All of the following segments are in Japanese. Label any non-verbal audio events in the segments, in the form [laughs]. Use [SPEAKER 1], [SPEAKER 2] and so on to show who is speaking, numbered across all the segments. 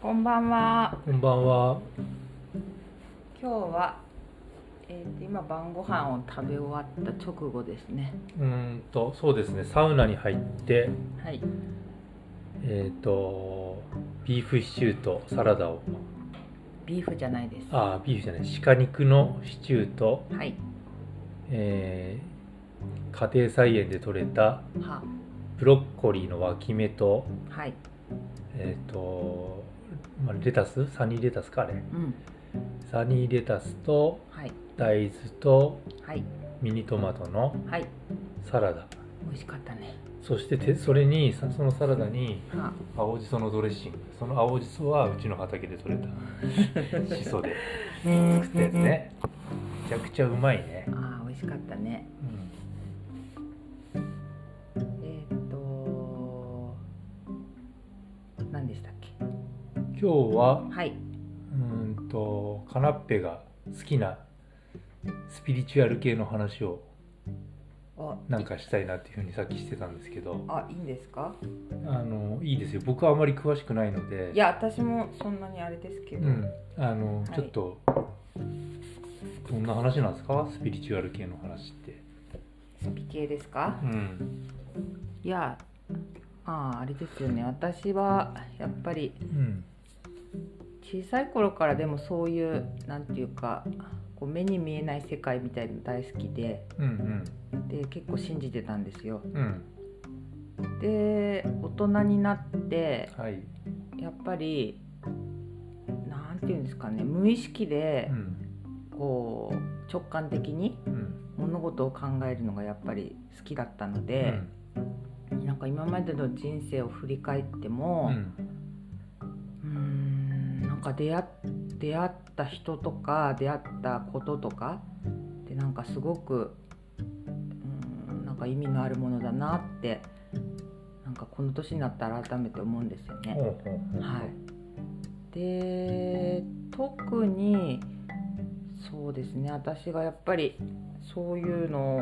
[SPEAKER 1] こんばんは。
[SPEAKER 2] こんばんは。
[SPEAKER 1] 今日は、えーと今晩ご飯を食べ終わった直後ですね。
[SPEAKER 2] うーんと、そうですね。サウナに入って、
[SPEAKER 1] はい。
[SPEAKER 2] えっ、と、ビーフシチューとサラダを、
[SPEAKER 1] ビーフじゃないです。
[SPEAKER 2] あー、ビーフじゃない、鹿肉のシチューと、
[SPEAKER 1] はい。
[SPEAKER 2] えー家庭菜園で採れた
[SPEAKER 1] は。
[SPEAKER 2] ブロッコリーの脇芽と、
[SPEAKER 1] はい。
[SPEAKER 2] えっ、と、まあレタスサニーレタスかあれ
[SPEAKER 1] うん。
[SPEAKER 2] サニーレタスと
[SPEAKER 1] はい。
[SPEAKER 2] 大豆と
[SPEAKER 1] はい。
[SPEAKER 2] ミニトマトの
[SPEAKER 1] はい。
[SPEAKER 2] サラダ
[SPEAKER 1] 美味しかったね。
[SPEAKER 2] そしててそれにさそのサラダに
[SPEAKER 1] は。
[SPEAKER 2] 青じそのドレッシングその青じそはうちの畑で採れたしそで作ったやつねめちゃくちゃうまいね、
[SPEAKER 1] ああ、美味しかったね。えっ、と。何でしたっけ。
[SPEAKER 2] 今日は
[SPEAKER 1] はい。
[SPEAKER 2] うーんとカナッペが好きなスピリチュアル系の話を
[SPEAKER 1] あ、
[SPEAKER 2] なんかしたいなっていうふうにさっきしてたんですけど
[SPEAKER 1] あ、いいんですか。
[SPEAKER 2] あのいいですよ僕はあまり詳しくないので
[SPEAKER 1] いや、私もそんなにあれですけ
[SPEAKER 2] う
[SPEAKER 1] ど。
[SPEAKER 2] んあの、
[SPEAKER 1] い
[SPEAKER 2] ちょっとどんな話なんですかスピリチュアル系の話って
[SPEAKER 1] スピ系ですか
[SPEAKER 2] う。ん
[SPEAKER 1] いや。ああ、あれですよね。私は。やっぱり。
[SPEAKER 2] うん
[SPEAKER 1] 小さい頃からでもそういうなんていうかこう目に見えない世界みたいの大好きで
[SPEAKER 2] うん
[SPEAKER 1] で結構信じてたんですよ。
[SPEAKER 2] うんうん
[SPEAKER 1] で大人になって
[SPEAKER 2] はい
[SPEAKER 1] やっぱりなんていうんですかね無意識で
[SPEAKER 2] うん
[SPEAKER 1] こう直感的に
[SPEAKER 2] うん
[SPEAKER 1] 物事を考えるのがやっぱり好きだったので、なんか今までの人生を振り返って
[SPEAKER 2] う
[SPEAKER 1] も、
[SPEAKER 2] ん
[SPEAKER 1] うーんなんか出会っ出会った人とか出会ったこととかってなんかすごくうーんなんか意味のあるものだなってなんかこの年になって改めて思うんですよね。
[SPEAKER 2] ほうほうほう
[SPEAKER 1] はい、で特にそうですね私がやっぱりそういうのを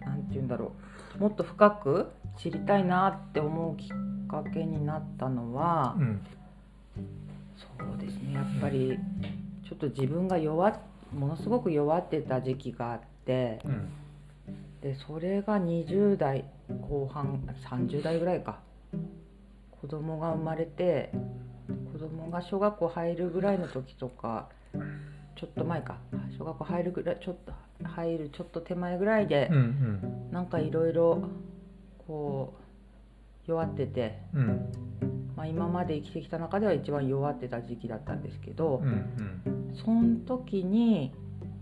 [SPEAKER 1] 何て言うんだろうもっと深く知りたいなって思うきっかけになったのは。
[SPEAKER 2] うん
[SPEAKER 1] そうですねやっぱりちょっと自分が弱っものすごく弱ってた時期があって
[SPEAKER 2] うん
[SPEAKER 1] でそれが20代後半30代ぐらいか子供が生まれて子供が小学校入るぐらいの時とかちょっと前か小学校入るぐらいちょっと入るちょっと手前ぐらいで
[SPEAKER 2] うんうん
[SPEAKER 1] なんかいろいろこう弱ってて、
[SPEAKER 2] うん
[SPEAKER 1] まあ、今まで生きてきた中では一番弱ってた時期だったんですけど。
[SPEAKER 2] うん
[SPEAKER 1] その時に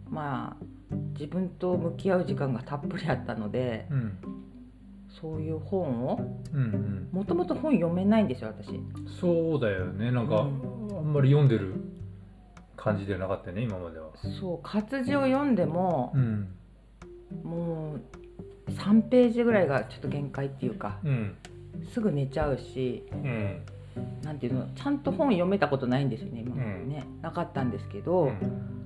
[SPEAKER 1] まあ自分と向き合う時間がたっぷりあったので
[SPEAKER 2] うんうん
[SPEAKER 1] そういう本を
[SPEAKER 2] うん
[SPEAKER 1] もともと本読めないんですよ私
[SPEAKER 2] うんそうだよねなんか、
[SPEAKER 1] う
[SPEAKER 2] あんまり読んでる感じではなかったよね今までは
[SPEAKER 1] そう活字を読んでも
[SPEAKER 2] うん
[SPEAKER 1] もう3ページぐらいがちょっと限界っていうか
[SPEAKER 2] うん
[SPEAKER 1] すぐ寝ちゃうし
[SPEAKER 2] うん
[SPEAKER 1] なんていうのちゃんと本読めたことないんですよね今までね、なかったんですけど、
[SPEAKER 2] うん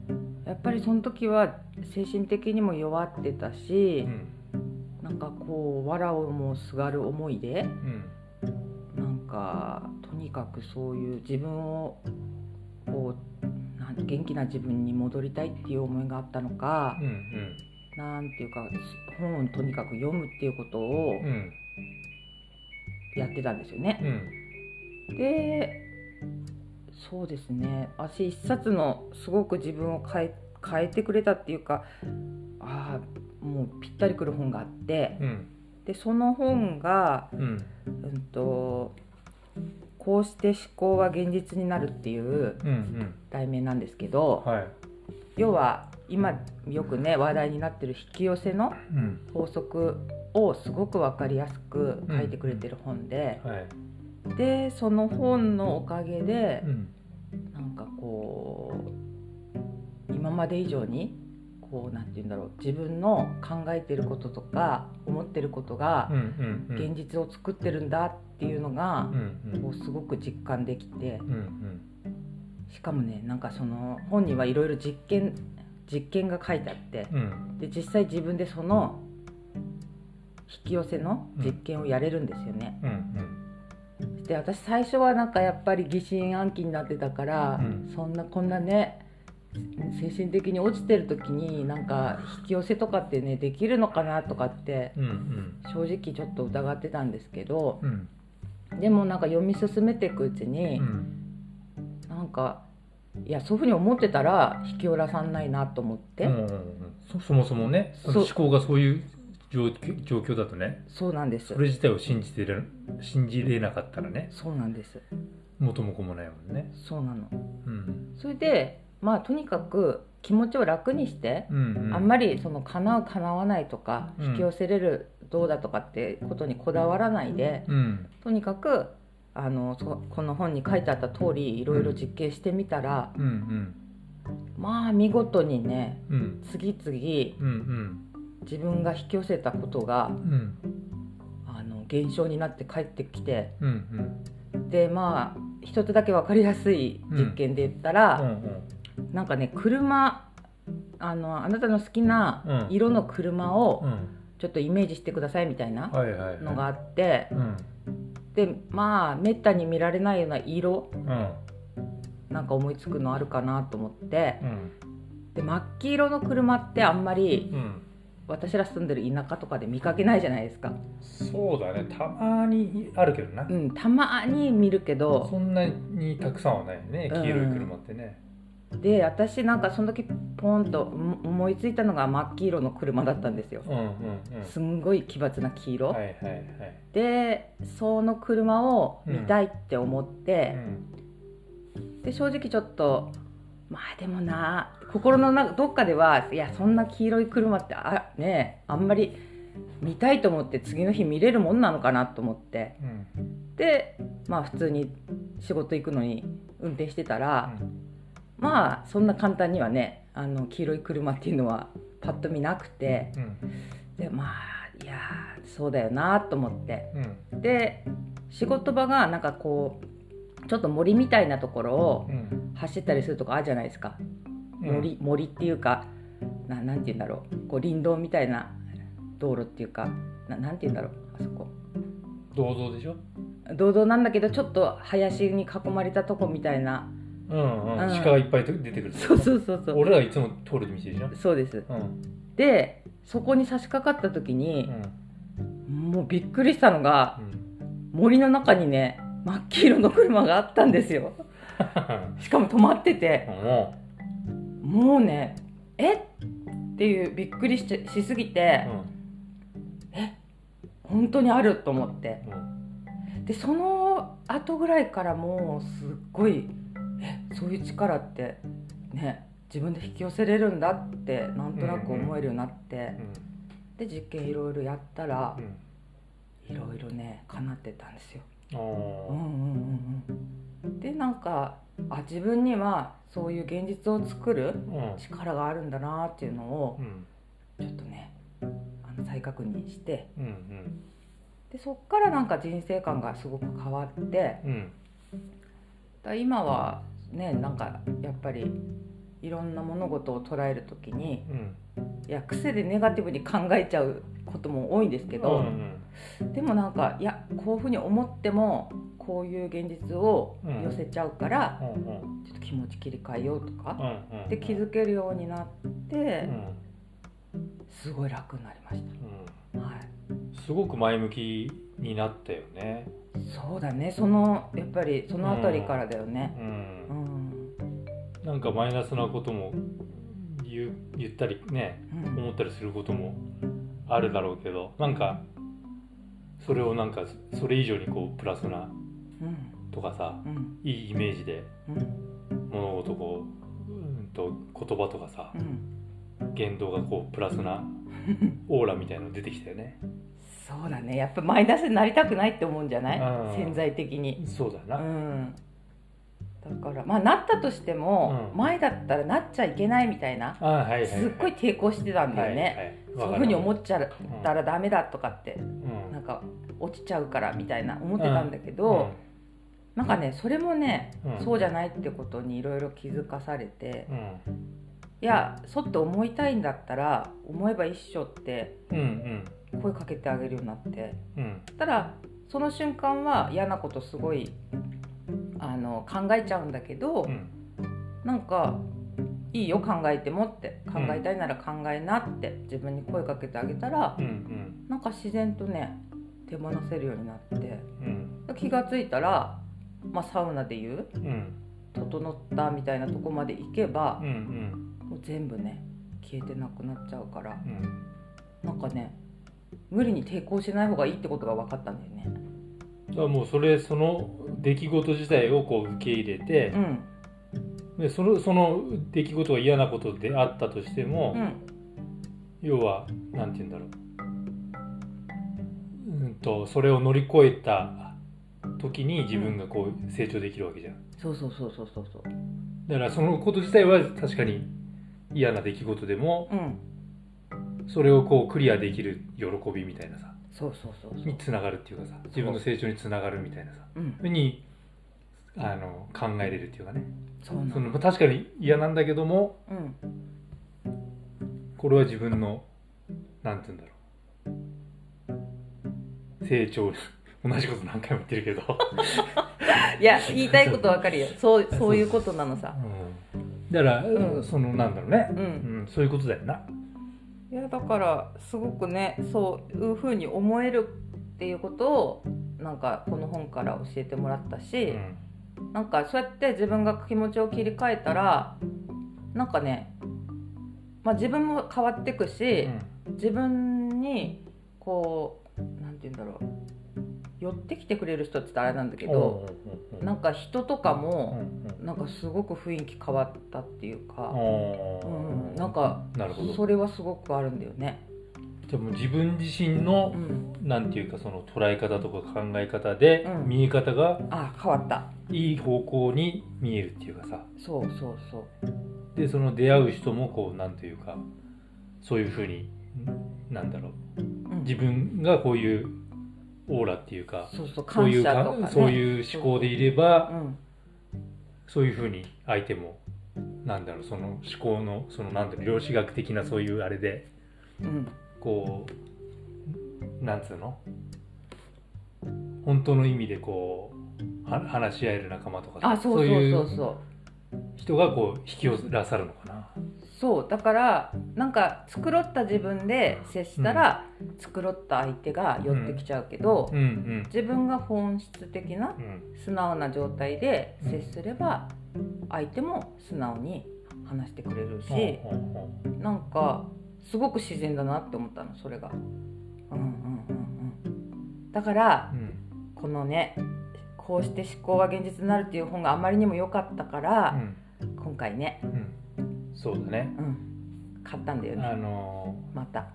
[SPEAKER 1] やっぱりその時は精神的にも弱ってた
[SPEAKER 2] う
[SPEAKER 1] し、
[SPEAKER 2] ん
[SPEAKER 1] なんかこう藁をもすがる思いで
[SPEAKER 2] うん
[SPEAKER 1] なんかとにかくそういう自分をこうなん元気な自分に戻りたいっていう思いがあったのか
[SPEAKER 2] う、ん
[SPEAKER 1] なんていうか本をとにかく読むっていうことを
[SPEAKER 2] うんうん
[SPEAKER 1] やってたんですよね。
[SPEAKER 2] うん
[SPEAKER 1] でそうですね私一冊のすごく自分を変え変えてくれたっていうかああもうぴったりくる本があって
[SPEAKER 2] うん
[SPEAKER 1] でその本が、
[SPEAKER 2] うん
[SPEAKER 1] うん、と「こうして思考は現実になる」っていう
[SPEAKER 2] うん
[SPEAKER 1] 題名なんですけど、
[SPEAKER 2] はい
[SPEAKER 1] 要は今よくね話題になってる引き寄せの
[SPEAKER 2] うん
[SPEAKER 1] 法則をすごく分かりやすく書いてくれてる本で、
[SPEAKER 2] はい
[SPEAKER 1] でその本のおかげで
[SPEAKER 2] うん
[SPEAKER 1] なんかこう今まで以上にこうなんて言うんだろう自分の考えてることとか思ってることが
[SPEAKER 2] うんうんうん
[SPEAKER 1] 現実を作ってるんだっていうのが
[SPEAKER 2] う、んうん
[SPEAKER 1] こうすごく実感できて
[SPEAKER 2] うんうん
[SPEAKER 1] しかもねなんかその本にはいろいろ実験実験が書いてあって
[SPEAKER 2] うん
[SPEAKER 1] で実際自分でその引き寄せの実験をやれるんですよね、
[SPEAKER 2] うん
[SPEAKER 1] で私最初はなんかやっぱり疑心暗鬼になってたから、
[SPEAKER 2] うん
[SPEAKER 1] そんなこんなね精神的に落ちてる時になんか引き寄せとかってねできるのかなとかって
[SPEAKER 2] うんうん
[SPEAKER 1] 正直ちょっと疑ってたんですけど
[SPEAKER 2] うん
[SPEAKER 1] でもなんか読み進めていくうち
[SPEAKER 2] う
[SPEAKER 1] に、
[SPEAKER 2] ん
[SPEAKER 1] なんかいやそういうふうに思ってたら引き寄らさんないなと思って、
[SPEAKER 2] うんうんうんそそもそもねその
[SPEAKER 1] そう
[SPEAKER 2] 思考がそういう状況状況だとね
[SPEAKER 1] そうなんです
[SPEAKER 2] それ自体を信じてれ信じれなかったらね
[SPEAKER 1] そうなんです
[SPEAKER 2] 元も子もないもんね
[SPEAKER 1] そうなの
[SPEAKER 2] うん
[SPEAKER 1] それでまあとにかく気持ちを楽にして、
[SPEAKER 2] うんうん
[SPEAKER 1] あんまりその叶う叶わないとか、
[SPEAKER 2] うん
[SPEAKER 1] 引き寄せれるどうだとかってことにこだわらないで、
[SPEAKER 2] うん
[SPEAKER 1] とにかくあのそこの本に書いてあった通りいろいろ実験してみたら、
[SPEAKER 2] うんうん
[SPEAKER 1] まあ見事にね
[SPEAKER 2] うん
[SPEAKER 1] 次々
[SPEAKER 2] うんうん
[SPEAKER 1] 自分が引き寄せたことが
[SPEAKER 2] うん
[SPEAKER 1] あの現象になって帰ってきて
[SPEAKER 2] うんうん
[SPEAKER 1] でまあ一つだけ分かりやすい実験で言ったら。
[SPEAKER 2] うん
[SPEAKER 1] なんかね車あのあなたの好きな
[SPEAKER 2] うん
[SPEAKER 1] 色の車を
[SPEAKER 2] うん
[SPEAKER 1] ちょっとイメージしてくださいみたいな
[SPEAKER 2] はいはいはい
[SPEAKER 1] のがあって
[SPEAKER 2] うん
[SPEAKER 1] でまあめったに見られないような色
[SPEAKER 2] うん
[SPEAKER 1] なんか思いつくのあるかなと思って
[SPEAKER 2] うん
[SPEAKER 1] で真っ黄色の車ってあんまり
[SPEAKER 2] うん
[SPEAKER 1] 私ら住んでる田舎とかで見かけないじゃないですか
[SPEAKER 2] そうだねたまにあるけどな、
[SPEAKER 1] うんたまに見るけど
[SPEAKER 2] そんなにたくさんはないよね
[SPEAKER 1] うん
[SPEAKER 2] 黄色い車ってね、
[SPEAKER 1] で私なんかその時ポンと思思いついたのが真っ黄色の車だったんですよ
[SPEAKER 2] うん、うん
[SPEAKER 1] すんごい奇抜な黄
[SPEAKER 2] うん
[SPEAKER 1] 色
[SPEAKER 2] はいはいはい
[SPEAKER 1] でその車を見たいって思っ
[SPEAKER 2] う
[SPEAKER 1] て、
[SPEAKER 2] ん
[SPEAKER 1] で正直ちょっとまあでもな心の中どっかではいやそんな黄色い車ってあねあんまり見たいと思って次の日見れるもんなのかなと思って
[SPEAKER 2] うん
[SPEAKER 1] でまあ普通に仕事行くのに運転してたら、まあそんな簡単にはねあの黄色い車っていうのはパッと見なくて
[SPEAKER 2] うん
[SPEAKER 1] でまあいやーそうだよなと思って。
[SPEAKER 2] うん
[SPEAKER 1] で仕事場がなんかこうちょっと森みたいなところを
[SPEAKER 2] うん
[SPEAKER 1] 走ったりするとかあるじゃないですか、森森っていうかななんて言うんだろうこう林道みたいな道路っていうかななんて言うんだろうあそこ
[SPEAKER 2] 銅像でしょ
[SPEAKER 1] 道道なんだけどちょっと林に囲まれたとこみたいな
[SPEAKER 2] うんうん、
[SPEAKER 1] うん
[SPEAKER 2] 鹿がいっぱい出てくる
[SPEAKER 1] そうそうそうそう
[SPEAKER 2] 俺らいつも通る道でしょ
[SPEAKER 1] そうです
[SPEAKER 2] うん
[SPEAKER 1] でそこに差し掛かった時
[SPEAKER 2] う
[SPEAKER 1] に、
[SPEAKER 2] ん
[SPEAKER 1] もうびっくりしたのが
[SPEAKER 2] うん
[SPEAKER 1] 森の中にね真っ黄色の車があったんですよしかも止まってて
[SPEAKER 2] も
[SPEAKER 1] もうねえっていうびっくりしちゃしすぎ
[SPEAKER 2] う
[SPEAKER 1] て、
[SPEAKER 2] ん
[SPEAKER 1] 本当にあると思って
[SPEAKER 2] うん
[SPEAKER 1] でその後ぐらいからもうすっごいえそういう力ってね自分で引き寄せれるんだってなんとなく思えるようになって、で実験いろいろやったら
[SPEAKER 2] うん
[SPEAKER 1] いろいろね叶ってたんですよ。
[SPEAKER 2] うん
[SPEAKER 1] うん
[SPEAKER 2] お
[SPEAKER 1] うんうんうん、でなんかあ自分にはそういう現実を作る
[SPEAKER 2] ーうん
[SPEAKER 1] 力があるんだなっていうのを
[SPEAKER 2] うん
[SPEAKER 1] ちょっとねあの再確認して
[SPEAKER 2] うんうん
[SPEAKER 1] でそっからなんか人生観がすごく変わってだか
[SPEAKER 2] うん
[SPEAKER 1] ら今はねなんかやっぱりいろんな物事を捉える時に
[SPEAKER 2] うん
[SPEAKER 1] いや癖でネガティブに考えちゃうことも多いんですけど、でもなんかいやこういうふうに思ってもこういう現実を寄せちゃうから、
[SPEAKER 2] うんうん
[SPEAKER 1] ちょっと気持ち切り替えようと
[SPEAKER 2] う
[SPEAKER 1] か、
[SPEAKER 2] んうん
[SPEAKER 1] で気づけるようになって
[SPEAKER 2] う、ん
[SPEAKER 1] すごい楽になりまし
[SPEAKER 2] うん
[SPEAKER 1] た。はい
[SPEAKER 2] すごく前向きになったよね。
[SPEAKER 1] そうだねそのやっぱりその辺りからだよね
[SPEAKER 2] う、
[SPEAKER 1] うんん
[SPEAKER 2] なんかマイナスなことも言う言ったりね
[SPEAKER 1] うん
[SPEAKER 2] 思ったりすることもあるだろうけどなんかそれをなんかそれ以上にこうプラスな
[SPEAKER 1] うん
[SPEAKER 2] とかさ
[SPEAKER 1] うん
[SPEAKER 2] いいイメージで
[SPEAKER 1] うん
[SPEAKER 2] 物事をこううんと言葉とかさ
[SPEAKER 1] うん
[SPEAKER 2] 言動がこうプラスなオーラみたいなの出てきたよね。
[SPEAKER 1] そうだねやっぱマイナスになりたくないって思うんじゃない
[SPEAKER 2] うん
[SPEAKER 1] 潜在的に
[SPEAKER 2] そうだ
[SPEAKER 1] う
[SPEAKER 2] な。
[SPEAKER 1] んだからまあなったとしても、
[SPEAKER 2] うん
[SPEAKER 1] 前だったらなっちゃいけないみたいな
[SPEAKER 2] あはいはいはい。
[SPEAKER 1] すっごい抵抗してたんだよね、
[SPEAKER 2] はいはいわ
[SPEAKER 1] そうい
[SPEAKER 2] か
[SPEAKER 1] う
[SPEAKER 2] る
[SPEAKER 1] ふうに思っちゃったらダメだとかって
[SPEAKER 2] うん
[SPEAKER 1] なんか落ちちゃうからみたいな思ってたんだけど、なんかねそれもね、
[SPEAKER 2] うん
[SPEAKER 1] そうじゃないってことにいろいろ気づかされて
[SPEAKER 2] う、ん
[SPEAKER 1] いやそうって思いたいんだったら思えば一緒って
[SPEAKER 2] うんうん
[SPEAKER 1] 声かけてあげるようになって
[SPEAKER 2] うん
[SPEAKER 1] たらその瞬間は嫌なことすごいあの考えちゃうんだけど、
[SPEAKER 2] うん
[SPEAKER 1] なんかいいよ考えてもって考えたいなら考えなって自分に声かけてあげたら
[SPEAKER 2] う、ん
[SPEAKER 1] なんか自然とね手放せるようになって
[SPEAKER 2] うん
[SPEAKER 1] 気が付いたら、まあ、サウナでいう
[SPEAKER 2] うんうん
[SPEAKER 1] 整ったみたいなとこまで行けば
[SPEAKER 2] うんう、ん
[SPEAKER 1] もう全部ね消えてなくなっちゃうから
[SPEAKER 2] うん
[SPEAKER 1] なんかね無理に抵抗しない方がいいってことが分かったんだよね。
[SPEAKER 2] だからもうそれその出来事自体をこう受け入れて
[SPEAKER 1] う、ん、
[SPEAKER 2] でそのその出来事が嫌なことであったとしても、
[SPEAKER 1] うん、
[SPEAKER 2] 要はなんて言うんだろううんとそれを乗り越えた時に自分がこう成長できるわけじゃん
[SPEAKER 1] そうそうそうそうそうそう。
[SPEAKER 2] だからそのこと自体は確かに嫌な出来事でも
[SPEAKER 1] うん、
[SPEAKER 2] それをこうクリアできる喜びみたいなさ
[SPEAKER 1] そうそうそうそう
[SPEAKER 2] に。つながるっていうかさ自分の成長につながるみたいなさ
[SPEAKER 1] うん
[SPEAKER 2] ふ、うにあの考えれるっていうかね
[SPEAKER 1] そうな
[SPEAKER 2] そ
[SPEAKER 1] の。
[SPEAKER 2] の確かに嫌なんだけども
[SPEAKER 1] うん、
[SPEAKER 2] これは自分のなんて言うんだろう成長 [laughs] 同じこと何回も言ってるけど、
[SPEAKER 1] いや言いたいこと分かるよ。そうそういうことなのさ。
[SPEAKER 2] だから、
[SPEAKER 1] うん
[SPEAKER 2] そのなんだろうね、
[SPEAKER 1] う。
[SPEAKER 2] うんん、そういうことだよない
[SPEAKER 1] やだからすごくねそういうふうに思えるっていうことをなんかこの本から教えてもらったし。
[SPEAKER 2] うん
[SPEAKER 1] なんかそうやって自分が気持ちを切り替えたらなんかね、まあ、自分も変わってくし、自分にこうなんて言うんだろう寄ってきてくれる人って言ったらあれなんだけど、
[SPEAKER 2] うん
[SPEAKER 1] なんか人とか
[SPEAKER 2] うん
[SPEAKER 1] も、
[SPEAKER 2] うん
[SPEAKER 1] なんかすごく雰囲気変わったっていうか、
[SPEAKER 2] お
[SPEAKER 1] う
[SPEAKER 2] ー
[SPEAKER 1] んなんか
[SPEAKER 2] なるほど
[SPEAKER 1] それはすごくあるんだよね。
[SPEAKER 2] でも自分自身の
[SPEAKER 1] う、ん、
[SPEAKER 2] なんていうかその捉え方とか考え方で、
[SPEAKER 1] うん
[SPEAKER 2] 見え方が
[SPEAKER 1] あ変わった
[SPEAKER 2] いい方向に見えるっていうかさ
[SPEAKER 1] そうそうそう
[SPEAKER 2] でその出会う人もこうなんていうかそういうふうになんだろう
[SPEAKER 1] うん
[SPEAKER 2] 自分がこういうオーラっていうか
[SPEAKER 1] そうそう
[SPEAKER 2] そう
[SPEAKER 1] 感
[SPEAKER 2] いう
[SPEAKER 1] 謝
[SPEAKER 2] か
[SPEAKER 1] とかね
[SPEAKER 2] そういう思考でいれば
[SPEAKER 1] うん
[SPEAKER 2] そういうふうに相手もなんだろうその思考のそのなんだろう量子学的なそういうあれで
[SPEAKER 1] うん
[SPEAKER 2] こうなんつうの本当の意味でこうは話し合える仲間とか
[SPEAKER 1] あそうそうそうそうそう
[SPEAKER 2] いう人がこう引き寄せらさるのかな。
[SPEAKER 1] そうだからなんか繕った自分で接したら、繕った相手が寄ってきちゃうけど、
[SPEAKER 2] うんうん
[SPEAKER 1] 自分が本質的な
[SPEAKER 2] うん
[SPEAKER 1] 素直な状態で接すれば、相手も素直に話してくれる
[SPEAKER 2] うん
[SPEAKER 1] し、
[SPEAKER 2] うんうん
[SPEAKER 1] なんかすごく自然だなって思ったのそれが。うんうんうんうん、だから
[SPEAKER 2] うん
[SPEAKER 1] このねこうして思考が現実になるっていう本があまりにも良かったから、今回ね、
[SPEAKER 2] うんうんそうだね
[SPEAKER 1] うん、買ったんだよ
[SPEAKER 2] あ
[SPEAKER 1] ね
[SPEAKER 2] のー
[SPEAKER 1] また。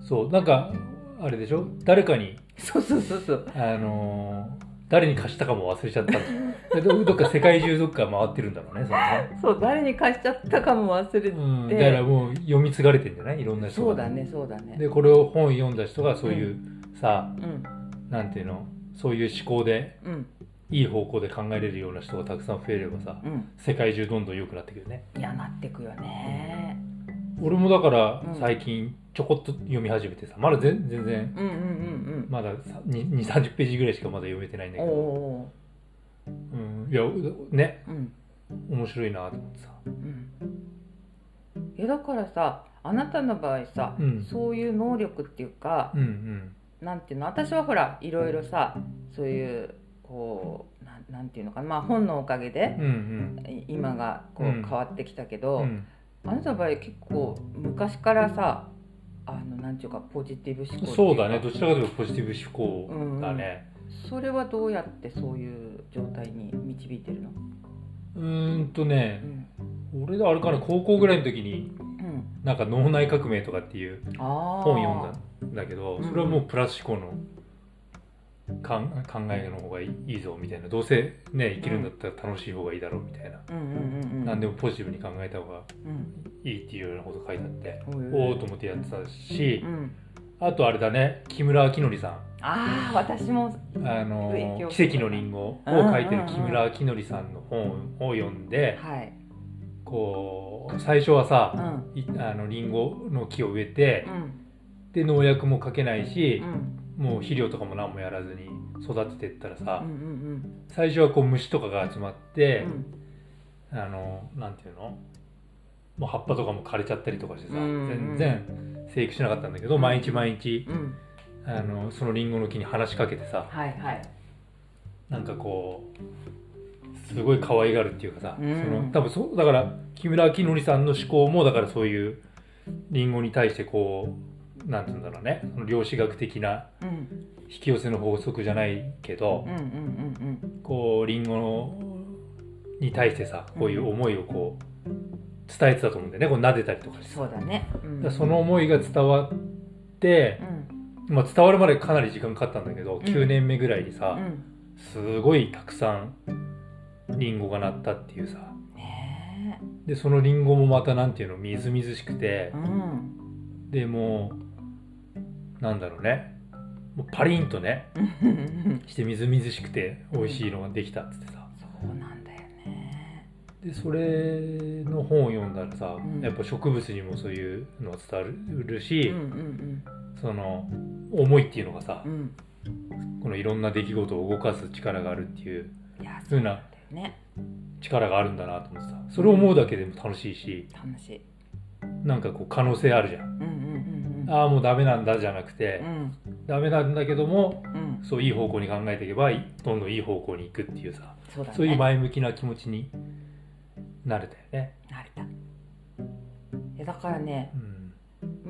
[SPEAKER 2] そうなんかあれでしょ誰かに
[SPEAKER 1] そうそうそうそう。
[SPEAKER 2] あのー誰に貸したかも忘れちゃったのどどっか世界中どっか回ってるんだろうねそのね
[SPEAKER 1] そう誰に貸しちゃったかも忘れて、
[SPEAKER 2] うん、だからもう読み継がれてんじゃないいろんな人が
[SPEAKER 1] そうだねそうだね。
[SPEAKER 2] でこれを本読んだ人がそういう、さ
[SPEAKER 1] うん
[SPEAKER 2] なんていうのそういう思考で
[SPEAKER 1] うん
[SPEAKER 2] いい方向で考えれるような人がたくさん増えればさ
[SPEAKER 1] うん。
[SPEAKER 2] 世界中どんどん良くなってくるね
[SPEAKER 1] いやなってくよね。
[SPEAKER 2] 俺もだから
[SPEAKER 1] うん
[SPEAKER 2] 最近ちょこっと読み始めてさまだ全全然
[SPEAKER 1] うんうんうん
[SPEAKER 2] まだ2 3 0ページぐらいしかまだ読めてないん
[SPEAKER 1] う
[SPEAKER 2] だ
[SPEAKER 1] ん。お
[SPEAKER 2] けど、
[SPEAKER 1] お
[SPEAKER 2] うん、いやね
[SPEAKER 1] ー。うん
[SPEAKER 2] 面白いなと思ってさ
[SPEAKER 1] うん。いやだからさあなたの場合さ、
[SPEAKER 2] うん
[SPEAKER 1] そういう能力っていうか
[SPEAKER 2] う、んうん
[SPEAKER 1] なんていうの私はほらいろいろさそういうこうなんなんていうのかなまあ本のおかげで
[SPEAKER 2] う。ん
[SPEAKER 1] い今がこう
[SPEAKER 2] うん
[SPEAKER 1] 変わってきたけ
[SPEAKER 2] う
[SPEAKER 1] ど、
[SPEAKER 2] んうん
[SPEAKER 1] あなたの場合結構昔からさあのなんていうかポジティブ思考っていか
[SPEAKER 2] そうだねどちらかというとポジティブ思考だね
[SPEAKER 1] それはどうやってそういう状態に導いてるの
[SPEAKER 2] うーんと
[SPEAKER 1] う
[SPEAKER 2] ね
[SPEAKER 1] ん、
[SPEAKER 2] 俺があれかな高校ぐらいの時に
[SPEAKER 1] うん、
[SPEAKER 2] なんか脳内革命とかっていう
[SPEAKER 1] ああ
[SPEAKER 2] 本読んだんだけど
[SPEAKER 1] うん
[SPEAKER 2] それはもうプラス思考のかん考えの方がいいぞみたいなどうせね生きるんだったら楽しい方がいいだろうみたいな
[SPEAKER 1] うんうんうんうん
[SPEAKER 2] 何でもポジティブに考えた方が
[SPEAKER 1] うん
[SPEAKER 2] いいっていうようなこと書いてあって
[SPEAKER 1] おい
[SPEAKER 2] お
[SPEAKER 1] おい
[SPEAKER 2] おと思ってやってたし
[SPEAKER 1] うん
[SPEAKER 2] あとあれだね木村明則さん
[SPEAKER 1] ああ私も
[SPEAKER 2] あの
[SPEAKER 1] 影響
[SPEAKER 2] 「奇跡のリンゴ」を書いてる木村明則さんの本を読んで
[SPEAKER 1] はい
[SPEAKER 2] こう最初は
[SPEAKER 1] う
[SPEAKER 2] さ
[SPEAKER 1] ん
[SPEAKER 2] いあのリンゴの木を植えて
[SPEAKER 1] うん
[SPEAKER 2] で農薬もかけないうし
[SPEAKER 1] ん
[SPEAKER 2] もう肥料とかも何もやらずに育ててったらさ、
[SPEAKER 1] うんうん
[SPEAKER 2] 最初はこう虫とかが集まっ
[SPEAKER 1] う
[SPEAKER 2] て、
[SPEAKER 1] ん
[SPEAKER 2] あのなんていうのもう葉っぱとかも枯れちゃったりとかして
[SPEAKER 1] う
[SPEAKER 2] さ、
[SPEAKER 1] んうん
[SPEAKER 2] 全然生育しなかったんだけど毎日毎日
[SPEAKER 1] うんうん
[SPEAKER 2] あのそのリンゴの木に話しかけてさ
[SPEAKER 1] はいはい
[SPEAKER 2] なんかこうすごい可愛がるっていうかさ、
[SPEAKER 1] うん
[SPEAKER 2] その多分そうだから木村明則さんの思考もだからそういうリンゴに対してこうなんて言うんだろうねその量子学的な
[SPEAKER 1] うん
[SPEAKER 2] 引き寄せの法則じゃないけど、
[SPEAKER 1] うんうんうん
[SPEAKER 2] こうリンゴのに対してさこういう思いをこう伝えてたと思うんだよねこう撫でたりとか
[SPEAKER 1] うん
[SPEAKER 2] して
[SPEAKER 1] そうだねうん
[SPEAKER 2] だからその思いが伝わって
[SPEAKER 1] う、ん
[SPEAKER 2] まあ、伝わるまでかなり時間かかったんだけど、
[SPEAKER 1] ん
[SPEAKER 2] 9年目ぐらいに
[SPEAKER 1] う
[SPEAKER 2] さ
[SPEAKER 1] ん
[SPEAKER 2] すごいたくさんリンゴがなったっていうさ
[SPEAKER 1] ね
[SPEAKER 2] でそのリンゴもまたなんていうのみずみずしくて
[SPEAKER 1] えうん [laughs]
[SPEAKER 2] でもうなんだろうねもうパリンとねしてみずみずしくて美味しいのができたっつってさ
[SPEAKER 1] そうなんだよね
[SPEAKER 2] でそれの本を読んだらさ、
[SPEAKER 1] うん
[SPEAKER 2] やっぱ植物にもそういうのは伝わる
[SPEAKER 1] う
[SPEAKER 2] し、
[SPEAKER 1] んうん
[SPEAKER 2] その思いっていうのがさ
[SPEAKER 1] う、ん
[SPEAKER 2] このいろんな出来事を動かす力があるっていう
[SPEAKER 1] うんいや
[SPEAKER 2] 風な
[SPEAKER 1] ね
[SPEAKER 2] 力があるんだなと思ってさそれを思うだけでも楽しいし
[SPEAKER 1] 楽しい
[SPEAKER 2] なんかこう可能性あるじゃ
[SPEAKER 1] うんんうんうんうん
[SPEAKER 2] ああもうダメなんだじゃなくて、
[SPEAKER 1] うん
[SPEAKER 2] ダメなんだけども
[SPEAKER 1] うん
[SPEAKER 2] そういい方向に考えていけばどんどんいい方向に行くっていうさ
[SPEAKER 1] そうだね
[SPEAKER 2] そういう前向きな気持ちになれたよね。
[SPEAKER 1] 慣れたいやだからね
[SPEAKER 2] うん、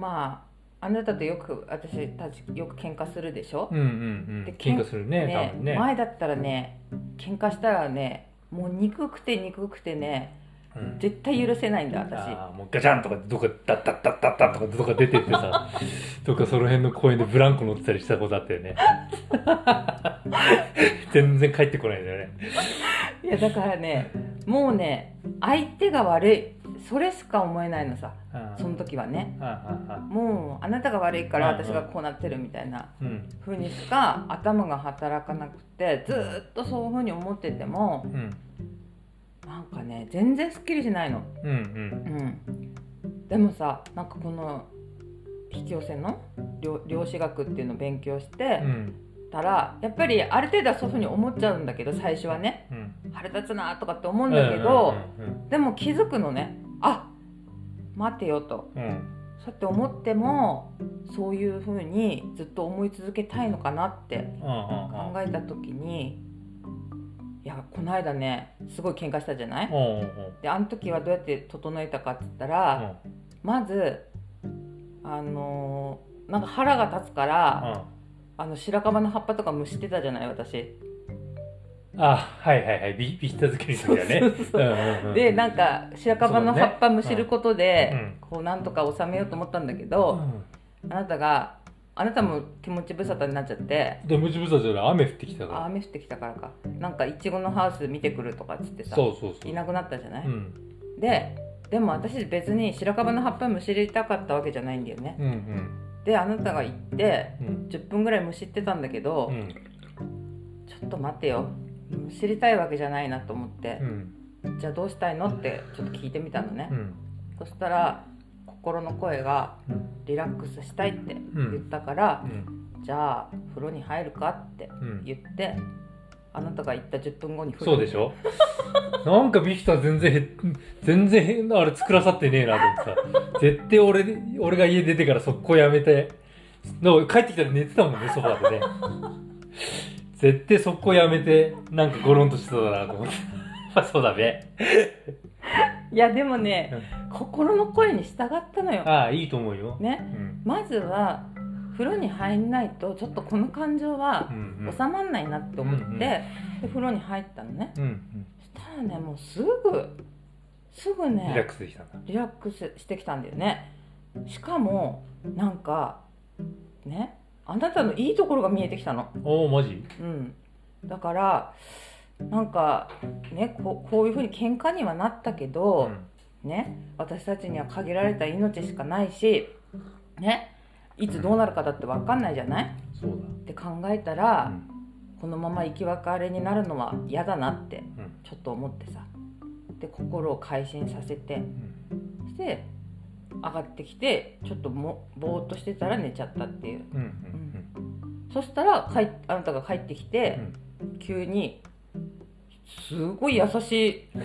[SPEAKER 1] まああなたとよく私たちよく喧嘩するでしょ
[SPEAKER 2] うん、うんうん
[SPEAKER 1] で
[SPEAKER 2] 喧嘩するね
[SPEAKER 1] ね
[SPEAKER 2] 多分ね。
[SPEAKER 1] 前だったらね喧嘩したらねもう憎くて憎くてね
[SPEAKER 2] うん
[SPEAKER 1] 絶対許せないんだ私
[SPEAKER 2] あーもうガチャンとかどっかダッダッダッダッダッとかどっか出てってさどっかその辺の公園でブランコ乗ってたりしたことあったよね全然帰ってこないんだよね
[SPEAKER 1] いやだからねもうね相手が悪いそれしか思えないのさ
[SPEAKER 2] あー
[SPEAKER 1] その時はね
[SPEAKER 2] あーあ
[SPEAKER 1] もうあなたが悪いから
[SPEAKER 2] うんうん
[SPEAKER 1] 私がこうなってるみたいな
[SPEAKER 2] ーうん
[SPEAKER 1] 風にしか頭が働かなくてずーっとそういう風に思ってても
[SPEAKER 2] うん
[SPEAKER 1] なんかね全然すっきりしないの
[SPEAKER 2] うんうん
[SPEAKER 1] うん、でもさなんかこの引き寄せの量量子学っていうのを勉強して
[SPEAKER 2] うん
[SPEAKER 1] たら、やっぱりある程度はそういうふうに思っちゃうんだけど最初はね
[SPEAKER 2] うん
[SPEAKER 1] 腹立つなとかって思う
[SPEAKER 2] うんん
[SPEAKER 1] だけど、
[SPEAKER 2] うん
[SPEAKER 1] でも気づくのねあ待てよと
[SPEAKER 2] うんうん
[SPEAKER 1] そうやって思ってもそういうふうにずっと思い続けたいのかなって
[SPEAKER 2] うんうん
[SPEAKER 1] 考えた時にいやこの間ねすごい喧嘩したじゃない
[SPEAKER 2] うんうん
[SPEAKER 1] であの時はどうやって整えたかって言ったら、まずあのーなんか腹が立つから、あの白樺の葉っぱとか蒸してたじゃない私、
[SPEAKER 2] うんあはいはいはいビビヒタ漬けにするよね
[SPEAKER 1] そうそうそう
[SPEAKER 2] うんうんうん
[SPEAKER 1] でなんか白樺の
[SPEAKER 2] そうだ
[SPEAKER 1] 葉
[SPEAKER 2] ね
[SPEAKER 1] っぱ蒸しることで、
[SPEAKER 2] うん
[SPEAKER 1] こうなんとか収めようと思ったんだけ
[SPEAKER 2] う
[SPEAKER 1] ど、
[SPEAKER 2] ん
[SPEAKER 1] あなたがあなたも気持ち無沙汰になっちゃって、
[SPEAKER 2] でムチブサじゃない雨降ってきた
[SPEAKER 1] あ
[SPEAKER 2] か
[SPEAKER 1] 雨降ってきたからかなんかいちごのハウス見てくるとかっつって
[SPEAKER 2] ら
[SPEAKER 1] さ
[SPEAKER 2] そうそうそう
[SPEAKER 1] いなくなったじゃない、
[SPEAKER 2] うん
[SPEAKER 1] ででも私別に白樺の葉っぱ蒸し入れたかったわけじゃないんだよね
[SPEAKER 2] うんうん
[SPEAKER 1] であなたが行って
[SPEAKER 2] うん
[SPEAKER 1] 10分ぐらい蒸しってたんだけど、
[SPEAKER 2] うん
[SPEAKER 1] ちょっと待てよ知りたいわけじゃないなと思って
[SPEAKER 2] う、ん
[SPEAKER 1] じゃあどうしたいのってちょっと聞いてみたのね、
[SPEAKER 2] うん
[SPEAKER 1] そしたら心の声が
[SPEAKER 2] うん
[SPEAKER 1] リラックスしたいって言ったから、じゃあ風呂に入るかって
[SPEAKER 2] うんうん
[SPEAKER 1] 言ってあなたが言った10分後に風
[SPEAKER 2] そ
[SPEAKER 1] 呂
[SPEAKER 2] うでしょ [laughs] なんかビヒタ全然へ全然変なあれ作らさってねえなと思ってさ絶対俺で俺が家出てから速攻やめてなんか帰ってきたら寝てたもんねソファーでね絶対速攻やめてなんかゴロンとしてたなと思ってまあそうだね
[SPEAKER 1] いやでもね、心の声に従ったのよ、
[SPEAKER 2] ああいいと思うよ、う
[SPEAKER 1] ね
[SPEAKER 2] ん
[SPEAKER 1] まずは風呂に入んないとちょっとこの感情は
[SPEAKER 2] うんうん
[SPEAKER 1] 収まんないなって思って、
[SPEAKER 2] うんうん
[SPEAKER 1] で風呂に入ったのね
[SPEAKER 2] うんうん
[SPEAKER 1] そしたらねもうすぐすぐね
[SPEAKER 2] リラックスできたんだ
[SPEAKER 1] リラックスしてきたんだよねしかもなんかねあなたのいいところが見えてきたの
[SPEAKER 2] おおマジ
[SPEAKER 1] うんだからなんかねこうこういうふうに喧嘩にはなったけど、ね私たちには限られた命しかないしねいつどうなるかだって分かんないじゃないっ
[SPEAKER 2] そう
[SPEAKER 1] て考えた
[SPEAKER 2] だ
[SPEAKER 1] ら
[SPEAKER 2] う、ん
[SPEAKER 1] このまま生き別れになるのは嫌だなって
[SPEAKER 2] うん
[SPEAKER 1] ちょっと思ってさで心を改心させて
[SPEAKER 2] うん
[SPEAKER 1] して上がってきてちょっともぼーっとしてたら寝ちゃったっていう
[SPEAKER 2] うんうん
[SPEAKER 1] そしたら帰っあなたが帰ってきて、急にすごい優し
[SPEAKER 2] [laughs]
[SPEAKER 1] い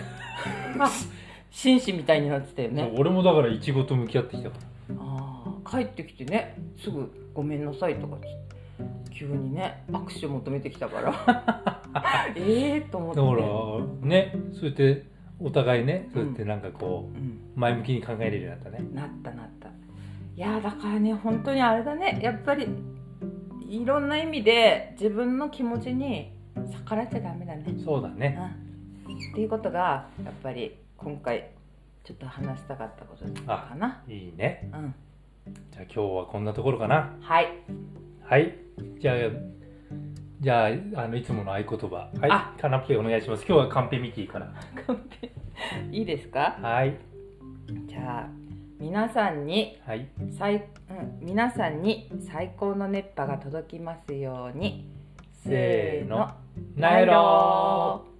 [SPEAKER 1] 紳士みたいになってたよね
[SPEAKER 2] 俺もだからイチゴと向き合ってきたか
[SPEAKER 1] ああ帰ってきてねすぐ「ごめんなさい」とかっつって急にね握手求めてきたから
[SPEAKER 2] [laughs]
[SPEAKER 1] ええと思っ
[SPEAKER 2] ら
[SPEAKER 1] て
[SPEAKER 2] だからねそうやってお互いねそうやってなんかこ
[SPEAKER 1] うん
[SPEAKER 2] う前向きに考えれるようになったね
[SPEAKER 1] なったなったいやーだからね本当にあれだねやっぱりいろんな意味で自分の気持ちに逆らっちゃダメだね
[SPEAKER 2] そうだね
[SPEAKER 1] うんっていうことがやっぱり今回ちょっと話したかったことかな。
[SPEAKER 2] いいね
[SPEAKER 1] うん、
[SPEAKER 2] じゃあ今日はこんなところかな
[SPEAKER 1] はい、 [laughs]
[SPEAKER 2] はいじゃあじゃああのいつもの合言葉
[SPEAKER 1] あ
[SPEAKER 2] はいカナッペお願いします今日はカンペミキーから
[SPEAKER 1] 完璧いいですか
[SPEAKER 2] はい
[SPEAKER 1] じゃあ皆さんに
[SPEAKER 2] はい
[SPEAKER 1] 最、うん、皆さんに最高の熱波が届きますように
[SPEAKER 2] せーの
[SPEAKER 1] ナイロー